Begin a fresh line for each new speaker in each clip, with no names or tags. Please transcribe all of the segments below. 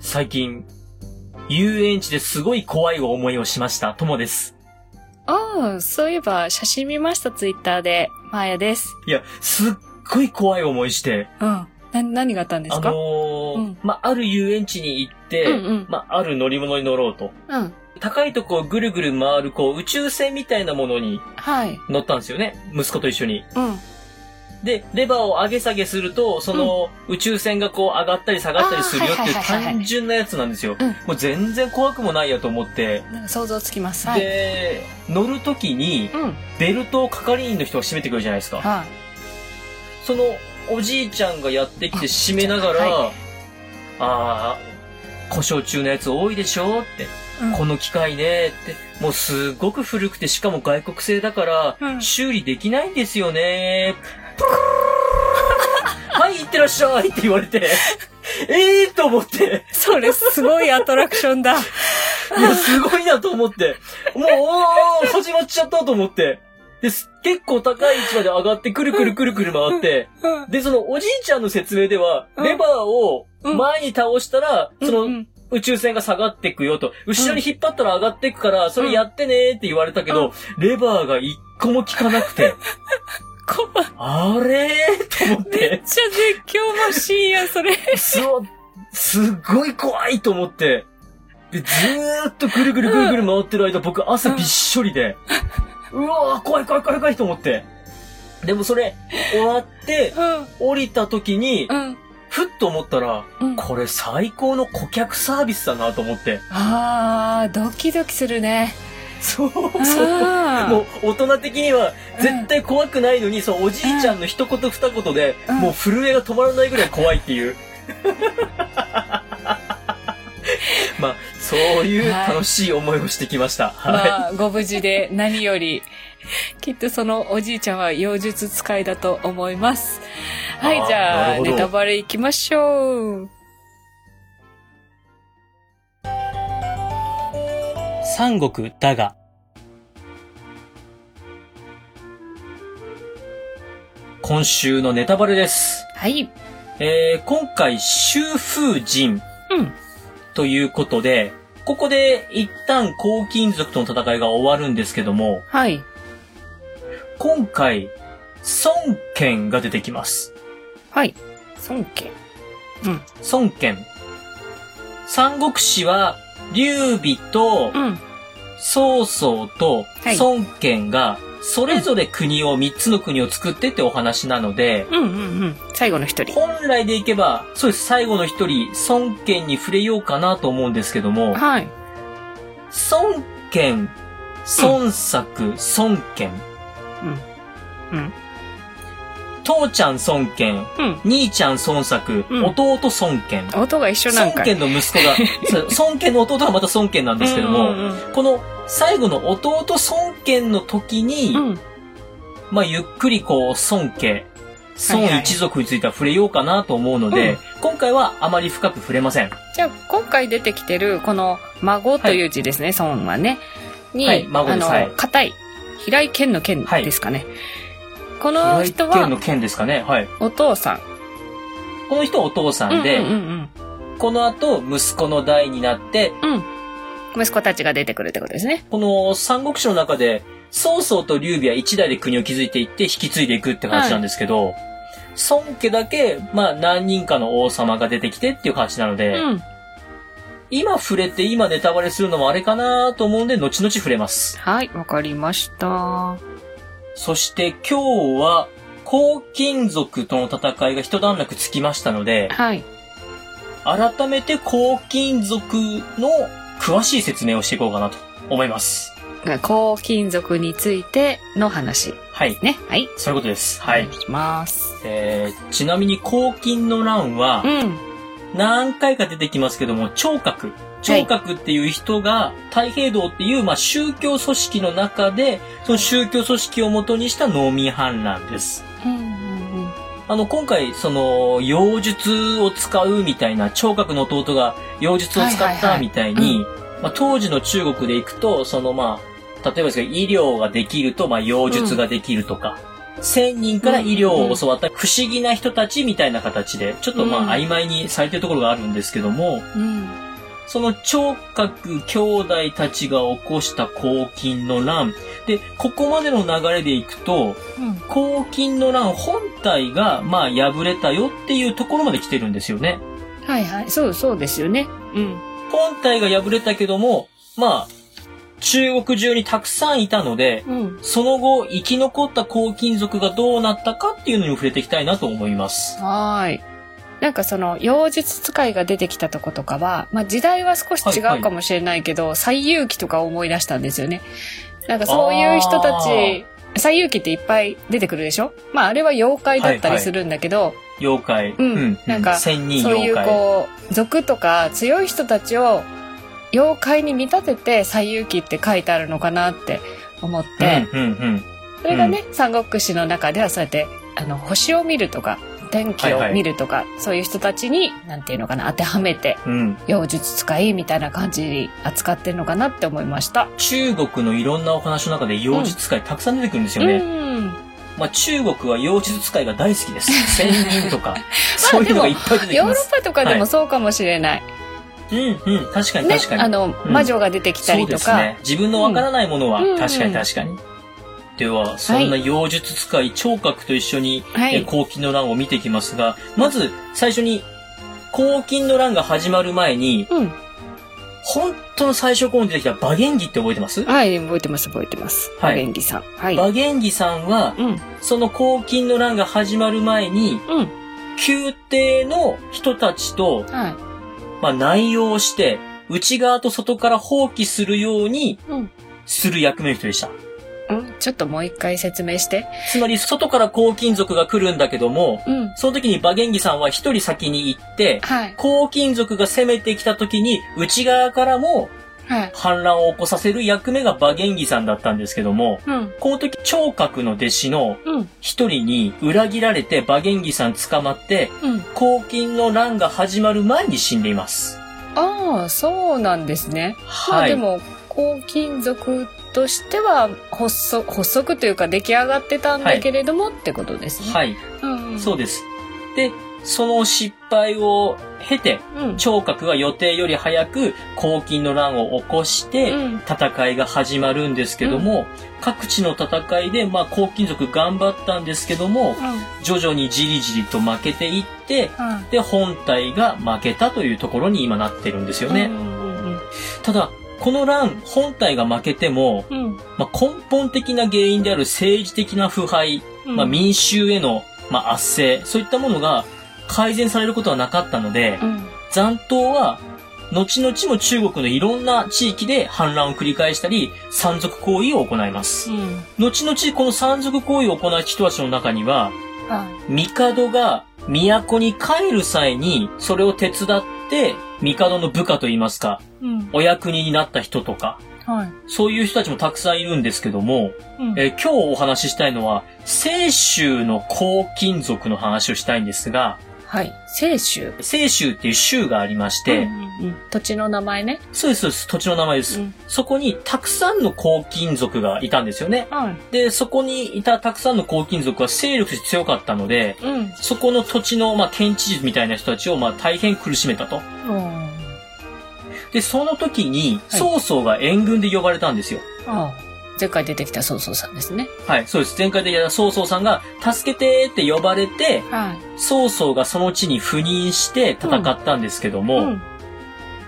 最近、遊園地ですごい怖い思いをしました。ともです。
ああ、そういえば写真見ました、ツイッターで。マーヤです。
いや、すっごい怖い思いして、
うん。な、何があったんで
あ
す
の
か、
ー
うん
まあ、ある遊園地に行って、
うんうん。
まあ、ある乗り物に乗ろうと。
うん。
高いとこをぐるぐる回る、こう、宇宙船みたいなものに
はい。
乗ったんですよね。息子と一緒に。
うん。
で、レバーを上げ下げすると、その、宇宙船がこう上がったり下がったりするよっていう
あーはいはいはいはい
単純なやつなんですよ
うん。
もう全然怖くもないやと思って。
なんか想像つきます。はい。
で、乗るときに、
うん。
ベルトを係員の人が締めてくるじゃないですか。
はい。
その、おじいちゃんがやってきて
あ
締めながら、
は
あー、故障中のやつ多いでしょって、
うん
この機械ねって、もうすごく古くてしかも外国製だから、
うん
修理できないんですよねプルーン はい、行ってらっしゃいって言われて、 ええーと思って、
それ、すごいアトラクションだ。
いや、すごいなと思って、もう、おー、始まっちゃったと思って、です結構高い位置まで上がってくるくるくるくる回って、
う ん。
で、そのおじいちゃんの説明では、
うん
レバーを前に倒したら、そ
うんう
の
ん
宇宙船が下がってくよと、後ろに引っ張ったら上がってくから、それやってねーって言われたけど、レバーが一個も効かなく て、
こ
あれーと思っ、
めってちゃ絶叫マシーンや、それ。
そう、すっごい怖いと思って、で、ずーっとぐるぐるぐるぐる回ってる間、僕汗びっしょりで、うわー、怖い怖い怖い怖いと思って。でもそれ、終わって、
うん。
降りた時に
う、ん。
ふっと思ったら、
うん。
これ最高の顧客サービスだなと思って。
ああ、ドキドキするね。
そうそう。
あ
もう大人的には
うん
絶対怖くないのに、そのおじいちゃんの一言二言で、
うん
もう震えが止まらないぐらい怖いって いう。まあ、そういう楽しい思いをしてきました。は
まあ、ご無事で何より、きっとそのおじいちゃんは妖術使いだと思います。はい
あ、ー
じゃ
な
あ、
るほど
ネタバレ行きましょう。
い。三国だが。今週のネタバレです。
はい。
えー今回、修風人
うん。
ということで、ここで一旦黄金族との戦いが終わるんですけども、
はい。
今回、孫権が出てきます。
はい。尊敬。
孫権。三国志は、劉備と
うん。
曹操と
はい
孫権が、それぞれ国を、三つの国を作ってってお話なので、
うんうんうん。最後の一人。
本来でいけば、そうです、最後の一人、孫権に触れようかなと思うんですけども、
はい。
孫権、孫作、孫権、
うん。うん。
父ちゃん孫権、
うん。
兄ちゃん孫作、
うん
弟孫権。
音が一緒なん
孫
かい。
権の息子 が、そう孫権の弟はまた孫権なんですけど
うん
も、
うん
この最後の弟孫権の時に、
うん。うん
まあゆっくりこう孫家、
はいはい
孫一族については触れようかなと思うので、
うん
今回はあまり深く触れません。
じゃあ、今回出てきてる、この、孫という字ですね、孫はね。に、
はい孫
あ
ですはい
の、硬い、平井健の健
はい
ですかね。この人は
県、の件ですかね。はい。
お父さん。
この人はお父さんで、
うんうん
この後息子の代になって、
うんうん。うん。息子たちが出てくるってことですね。
この三国志の中で、曹操と劉備は一代で国を築いていって引き継いでいくって話なんですけど、孫家だけ、まあ何人かの王様が出てきてっていう感じなの
う
で、
ん。
今触れて今ネタバレするのもあれかなと思うんで、後々触れます。
はい、わかりました。
そして今日は、黄金族との戦いが一段落つきましたので、
はい。
改めて黄金族の詳しい説明をしていこうかなと思います。
高金属についての話
はい。
ね。はい。
そういうことです。はい
お。願いします。
えー、ちなみに黄金の乱は、
うん。
何回か出てきますけども、聴覚。聴覚っていう人が、太平道っていう、まあ、宗教組織の中で、その宗教組織を元にした農民反乱です。
うんうん
あの、今回、その、妖術を使うみたいな、聴覚の弟が妖術を使
は
っ
いはいは
た
い
みたいに、まあ、当時の中国で行くと、その、まあ、例えばですけど、医療ができると、まあ、妖術ができるとか、 1000人から医療を教わった不思議な人たちみたいな形で、ちょっとま
うん
あ曖昧にされてるところがあるんですけども、
うん。
その聴覚兄弟たちが起こした黄金の乱。で、ここまでの流れでいくと、
うん。
黄金の乱本体が、まあ、破れたよっていうところまで来てるんですよね。
はいはい。そう、そうですよね。うん。
本体が破れたけども、まあ、中国中にたくさんいたので、
うん。
その後、生き残った黄金族がどうなったかっていうのに触れていきたいなと思います。
はーい。なんかその、妖術使いが出てきたとことかは、まあ時代は少し違うかもしれないけど、西遊記とかを思い出したんですよね。なんかそういう人たち、西遊記っていっぱい出てくるでしょまああれは妖怪だったりするんだけど、
妖怪。
うんなんか
千人
そうい
妖
う
怪。
こう、俗とか強い人たちを妖怪に見立てて西遊記って書いてあるのかなって思って、
うん、うん、うん。
それがね、三国志の中ではそうやって、あの、星を見るとか、天気
はいは
を
い
見るとか、そういう人たちに、なんていうのかな、当てはめて、
うん。
妖術使いみたいな感じに扱ってるのかなって思いました。
中国のいろんなお話の中で妖術使いたくさん出てくるんです
う
よね。
ん。
まあ中国は妖術使いが大好きです。仙人と か、そういうのがいっぱい出てき
ヨー
ま
ロ
す。
ッパとかで
は
も
い
そうかもしれない。
うんうん、確かに
ね
確か、に。
あの、
うん
魔女が出てきたりと
そう
か、
ですね。自分のわからないものは、
うん
確か
うん
に確かに。では、そんな妖術使い、聴覚と一緒に、
は
え
い。
黄金の乱を見ていきますが、まず最初に、黄金の乱が始まる前に、
うん。
本当の最初頃に出てきた馬元義って覚えてます、
はい、覚えてます、覚えてます。
はい
便利さん。はい。
馬元義さんは、
うん。
その黄金の乱が始まる前に、
うん。
宮廷の人たちと、
はい。
まあ、内容をして、内側と外から放棄するように
うん。
する役目の人でした。
ちょっともう一回説明して。
つまり、外から黄金族が来るんだけども、
うん。
その時に馬元義さんは一人先に行って、
はい。
黄金族が攻めてきた時に、内側からも
はい。
反乱を起こさせる役目が馬元義さんだったんですけども、
うん。
この時、聴覚の弟子の
うん。
一人に裏切られて馬元義さん捕まって、
うん。
黄金の乱が始まる前に死んでいます。
ああ、そうなんですね。まあ
は
で
い。
も、抗金属としては発足、発足というか出来上がってたんだけれども、ってことですね。。
はいい。
うん、うん。
そうです。で、その失敗を経て、
うん。
聴覚が予定より早く黄金の乱を起こして、
うん。
戦いが始まるんですけども、各地の戦いで、まあ、黄金族頑張ったんですけども、徐々にじりじりと負けていって、
うん。
で、本体が負けたというところに今なってるんですよ
う
ね。
んうん
ただ、この乱、本体が負けても、
うん。
まあ、根本的な原因である政治的な腐敗、
うん。
まあ、民衆への、まあ、圧政、そういったものが改善されることはなかったので、
うん。
残党は、後々も中国のいろんな地域で反乱を繰り返したり、山賊行為を行います。
うん。
後々この山賊行為を行う人たちの中には、
はい。
帝が都に帰る際に、それを手伝って、帝の部下といいますか、
うん。
お役人になった人とか、
はい。
そういう人たちもたくさんいるんですけども、
うん。
えー今日お話ししたいのは、清州の黄金族の話をしたいんですが、
はい。清州。
清州っていう州がありまして、
うんうんうん、土地の名前ね。
そうです、そうです、土地の名前です。
うん
そこにたくさんの黄金族がいたんですよね。
はい。
で、そこにいたたくさんの黄金族は勢力として強かったので、
うん。
そこの土地の、まあ、県知事みたいな人たちを、まあ、大変苦しめたと。
うん
で、その時に、曹操が援軍で呼ばれたんですよ。
ああ前回出てきた曹操さんですね。
はい、そうです。前回でやった曹操さんが、助けてーって呼ばれて、
はい。
曹操がその地に赴任して戦ったんですけども、
うん。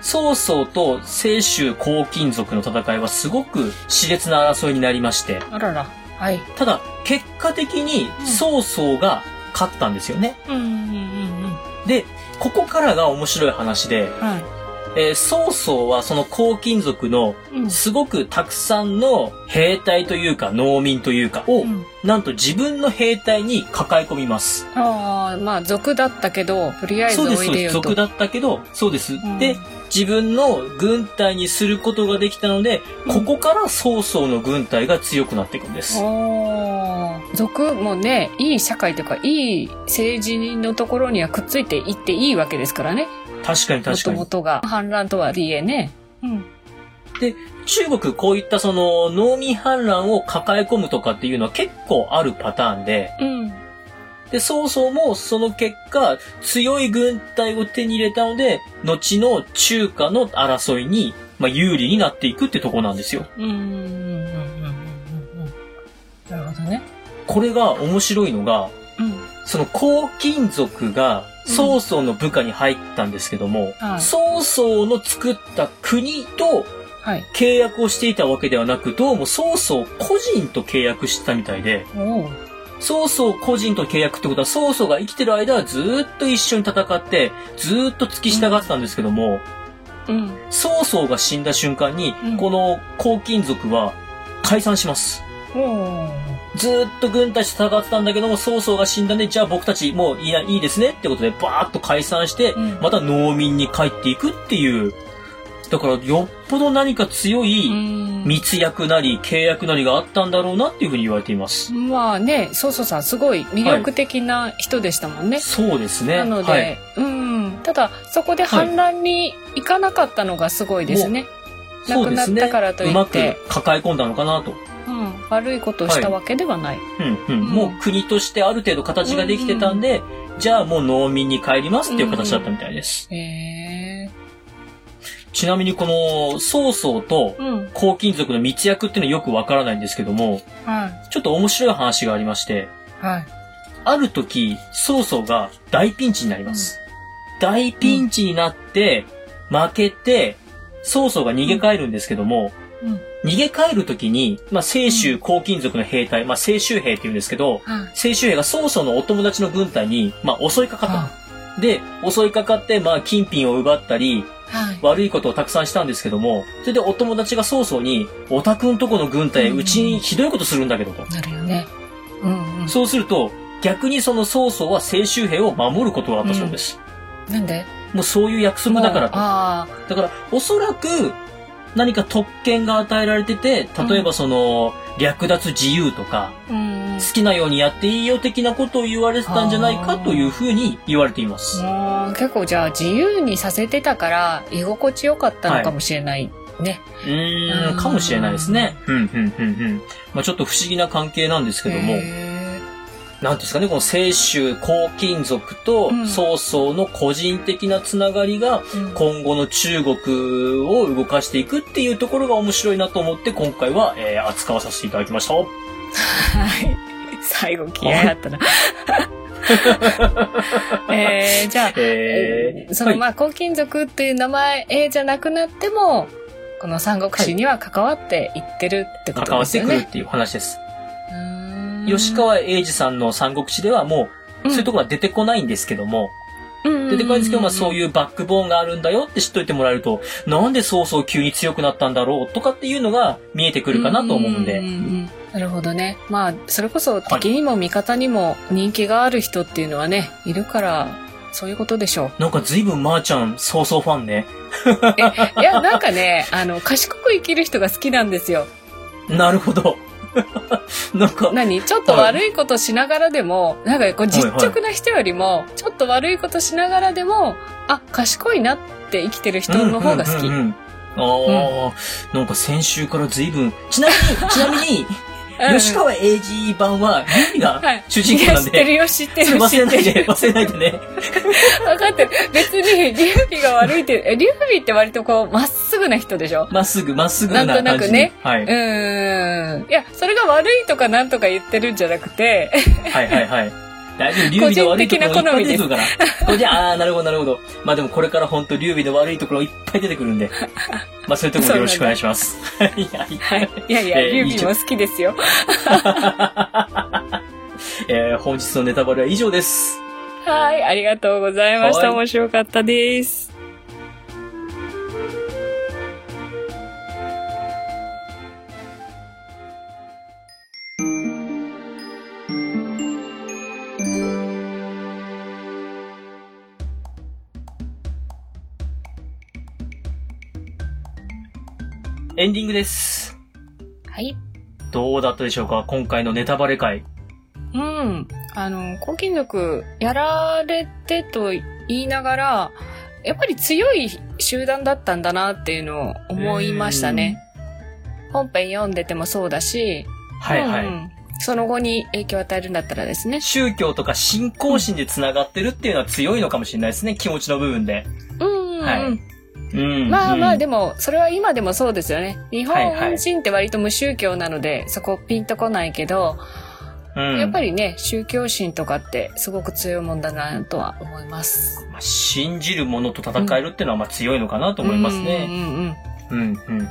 曹操と清州黄金族の戦いはすごく熾烈な争いになりまして、
あらら。はい。
ただ、結果的に
うん
曹操が勝ったんですよね。
うんうんうんうん。
で、ここからが面白い話で、
は
えー曹操はその黄金族の
い。うん。
すごくたくさんの兵隊というか農民というかを、
うん
なんと自分の兵隊に抱え込みます。
ああ、まあ、俗だったけど、とりあえず
そうです、
おい
そう
で
で
よ
す。
と。
族だったけど、そうです。
うん
で、自分の軍隊にすることができたので、
う
こ
ん
こから曹操の軍隊が強くなっていくんです。
おー俗もね、いい社会というか、いい政治人のところにはくっついていっていいわけですからね。
確かに
も
確か
と
に
も。とが。反乱とはいえね。うん。
で、中国こういったその農民反乱を抱え込むとかっていうのは結構あるパターンで、
うん。
で、曹操もその結果、強い軍隊を手に入れたので、後の中華の争いに、まあ、有利になっていくってとこなんですよ。
うん。うん。うん。うん。なるほどね。
これが面白いのが、
うん。
その黄金族が曹操の部下に入ったんですけども、
はい
曹操の作った国と
はい。
契約をしていたわけではなく、どうも曹操個人と契約してたみたいで、
おお。
曹操個人と契約ってことは曹操が生きてる間はずーっと一緒に戦って、ずーっと付き従ってたんですけども、
うん。
曹操が死んだ瞬間に、
うん
この黄金族は解散します。
おお。
ずーっと軍たちと戦ってたんだけども、曹操が死んだんで、じゃあ僕たちもういいないいですねってことで、バーッと解散して、
うん
また農民に帰っていくっていう。だから、よっぽど何か強
う
い
ん。
密約なり、契約なりがあったんだろうなっていうふうに言われています。
まあね、そうそうさん、すごい魅力的な人でしたもんね。
そうですね。
なので、
はい。
うん。ただ、そこで反乱に行かなかったのがすごいですね。
そうで
な
す
く
ね。
なったからといって
うまく抱え込んだのかなと。
うん。悪いことをしたわけではない。
うん、うん。もう国としてある程度形ができてたんで、じゃあもう農民に帰りますっていう形だったみたいです。
へえ。
ちなみにこの曹操と
うん。
黄金族の密約っていうのはよくわからないんですけども、
はい。
ちょっと面白い話がありまして、
はい。
ある時、曹操が大ピンチになります。大ピンチになって、負けて、曹操が逃げ帰るんですけども、
うん。
逃げ帰る時に、まあ、清州黄金族の兵隊、まあ、清州兵って言うんですけど、
はい。
清州兵が曹操のお友達の軍隊に、まあ、襲いかかった。
は
で、襲いかかって、まあ、金品を奪ったり、
い。
悪いことをたくさんしたんですけども、それでお友達が曹操に、オタクんとこの軍隊、うちにひどいことするんだけどと。
なるよね。うんうん。
そうすると、逆にその曹操は清州兵を守ることがあったそうです。
なんで
もうそういう約束だからと。だ
あ
から、おそらく、何か特権が与えられてて、例えばその、略奪自由とか、
あ、うん。
好きなようにやっていいよ的なことを言われてたんじゃないか
あー
というふうに言われています。
もう結構じゃあ自由にさせてたから居心地よかったのかもしれないね。
うーん、かもしれないですね。うん、うん、うん、うん。まあちょっと不思議な関係なんですけども、
へ
なんていうんですかね、この清州黄金族と
うん
曹操の個人的なつながりが、
ーうん
今後の中国を動かしていくっていうところが面白いなと思って今回は、えー扱わさせていただきました。
はい。最後気合だ ったな。えー、じゃあ、
えー
その
はい
まあ、黄金族っていう名前じゃなくなっても、この三国志には関わっていってるってこ
関
と
わ
で
っ
す
て
よ
くる
ね。
っていう話です。
うーん
吉、川英治さんの三国志ではもう、そういうと
こ、
ころは出てこないんですけども、
うん
出てこないんですけど、まあそう
い
い
う
うバックボーンがあるんだよって知っといてもらえると、なんで曹操急に強くなったんだろうとかっていうのが見えてくるかなと思うんで、
ううんなるほどね。まあ、それこそ敵にも味方にも人気がある人っていうのはね、いるから、そういうことでしょ
なんか随分まーちゃん曹操ファンね。
う。えいや、なんかね、あの、賢く生きる人が好きなんですよ。
なるほど。 なんか、
何 ちょっと悪いことしながらでも、なんかこう、実
はいは
直な人よりも、ちょっと悪いことしながらでも、あ、賢いなって生きてる人の方が好
うんうん
き。
うんうんああ、なんか先週から随分。ちなみ に、ちなみに、
うん
吉川英治版は、ユリが
はい
主人
い
公
や、
なん
知ってる
で。
よ、知って
それ
る、
忘
知
れ
っ
ない
てる。
で、忘れないでね。
分かってる。別に、リュウビが悪いって、えリュウビって割とこう、まっすぐな人でしょ
まっすぐ、まっすぐな感じに
なんとなくね。
はい。は
うーん。いや、それが悪いとかなんとか言ってるんじゃなくて、
いはいはい。大丈夫、劉備の悪いところいっぱい出てくるから。これじゃあ、あーなるほどなるほど。まあでもこれから本当劉備の悪いところいっぱい出てくるん で。まあそういうところもよろしくお願いします。はい は
はいい。。 いやいや、
えー
リュウビ
以
ー
上
も好きですよ。
えー本日のネタバレは以上です。
はい、ありがとうございまし
はい
た。面白かったです。
エンディングです。
はい。
どうだったでしょうか今回のネタバレ会。
うん。あの、抗菌力やられてと言いながら、やっぱり強い集団だったんだなっていうのを思いましたね。本編読んでてもそうだし、
はいはい。
うんうんその後に影響を与えるんだったらですね。
宗教とか信仰心で繋がってるっていうのは強いのかもしれないですね、気持ちの部分で。
うんうんうん。
はいうん。
まあまあ、
で
でも、それは今でもそうですよね。日
はいは
本
い
人って割と無宗教なので、そこピンとこないけど、
も、うん
やっぱりね、宗教心とかってすごく強いもんだなとは思います。
まあ信じるものと戦えるっていうのはまあ強いのかなと思います
う
ね。
んうんうん。
うん、うん、う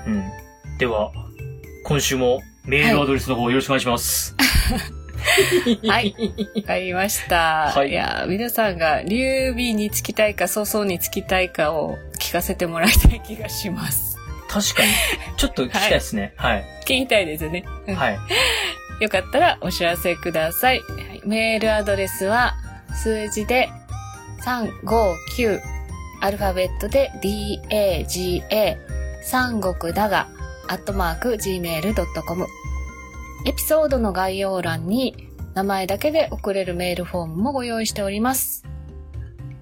ん。では、今週もメールアドレスの方よろしくお願いします。
はい。わかりました。
はい
い、や、皆さんが、劉備につきたいか、曹操につきたいかを聞かせてもらいたい気がします。
確かに。ちょっと聞きたいですね。はい。
聞きたいですね。うん
はい。
よかったらお知らせください。はいメールアドレスは、数字で359、アルファベットで DAGA、三国だが、アットマーク gmail.com。エピソードの概要欄に、名前だけで送れるメールフォームもご用意しております。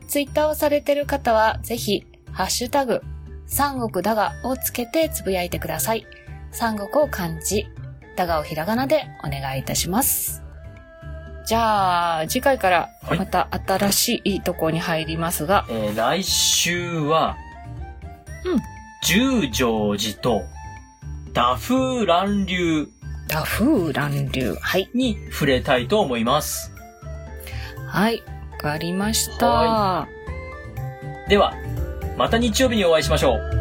ツイッターをされている方は、ぜひ、ハッシュタグ、三国だがをつけてつぶやいてください。三国を漢字、だがをひらがなでお願いいたします。じゃあ、次回から
はい
また新しいとこに入りますが、
えー来週は、
うん
十条寺と、ダフ乱流
ダフー乱流。はい。
に触れたいと思います。
はい。わかりました。
はでは、また日曜日にお会いしましょう。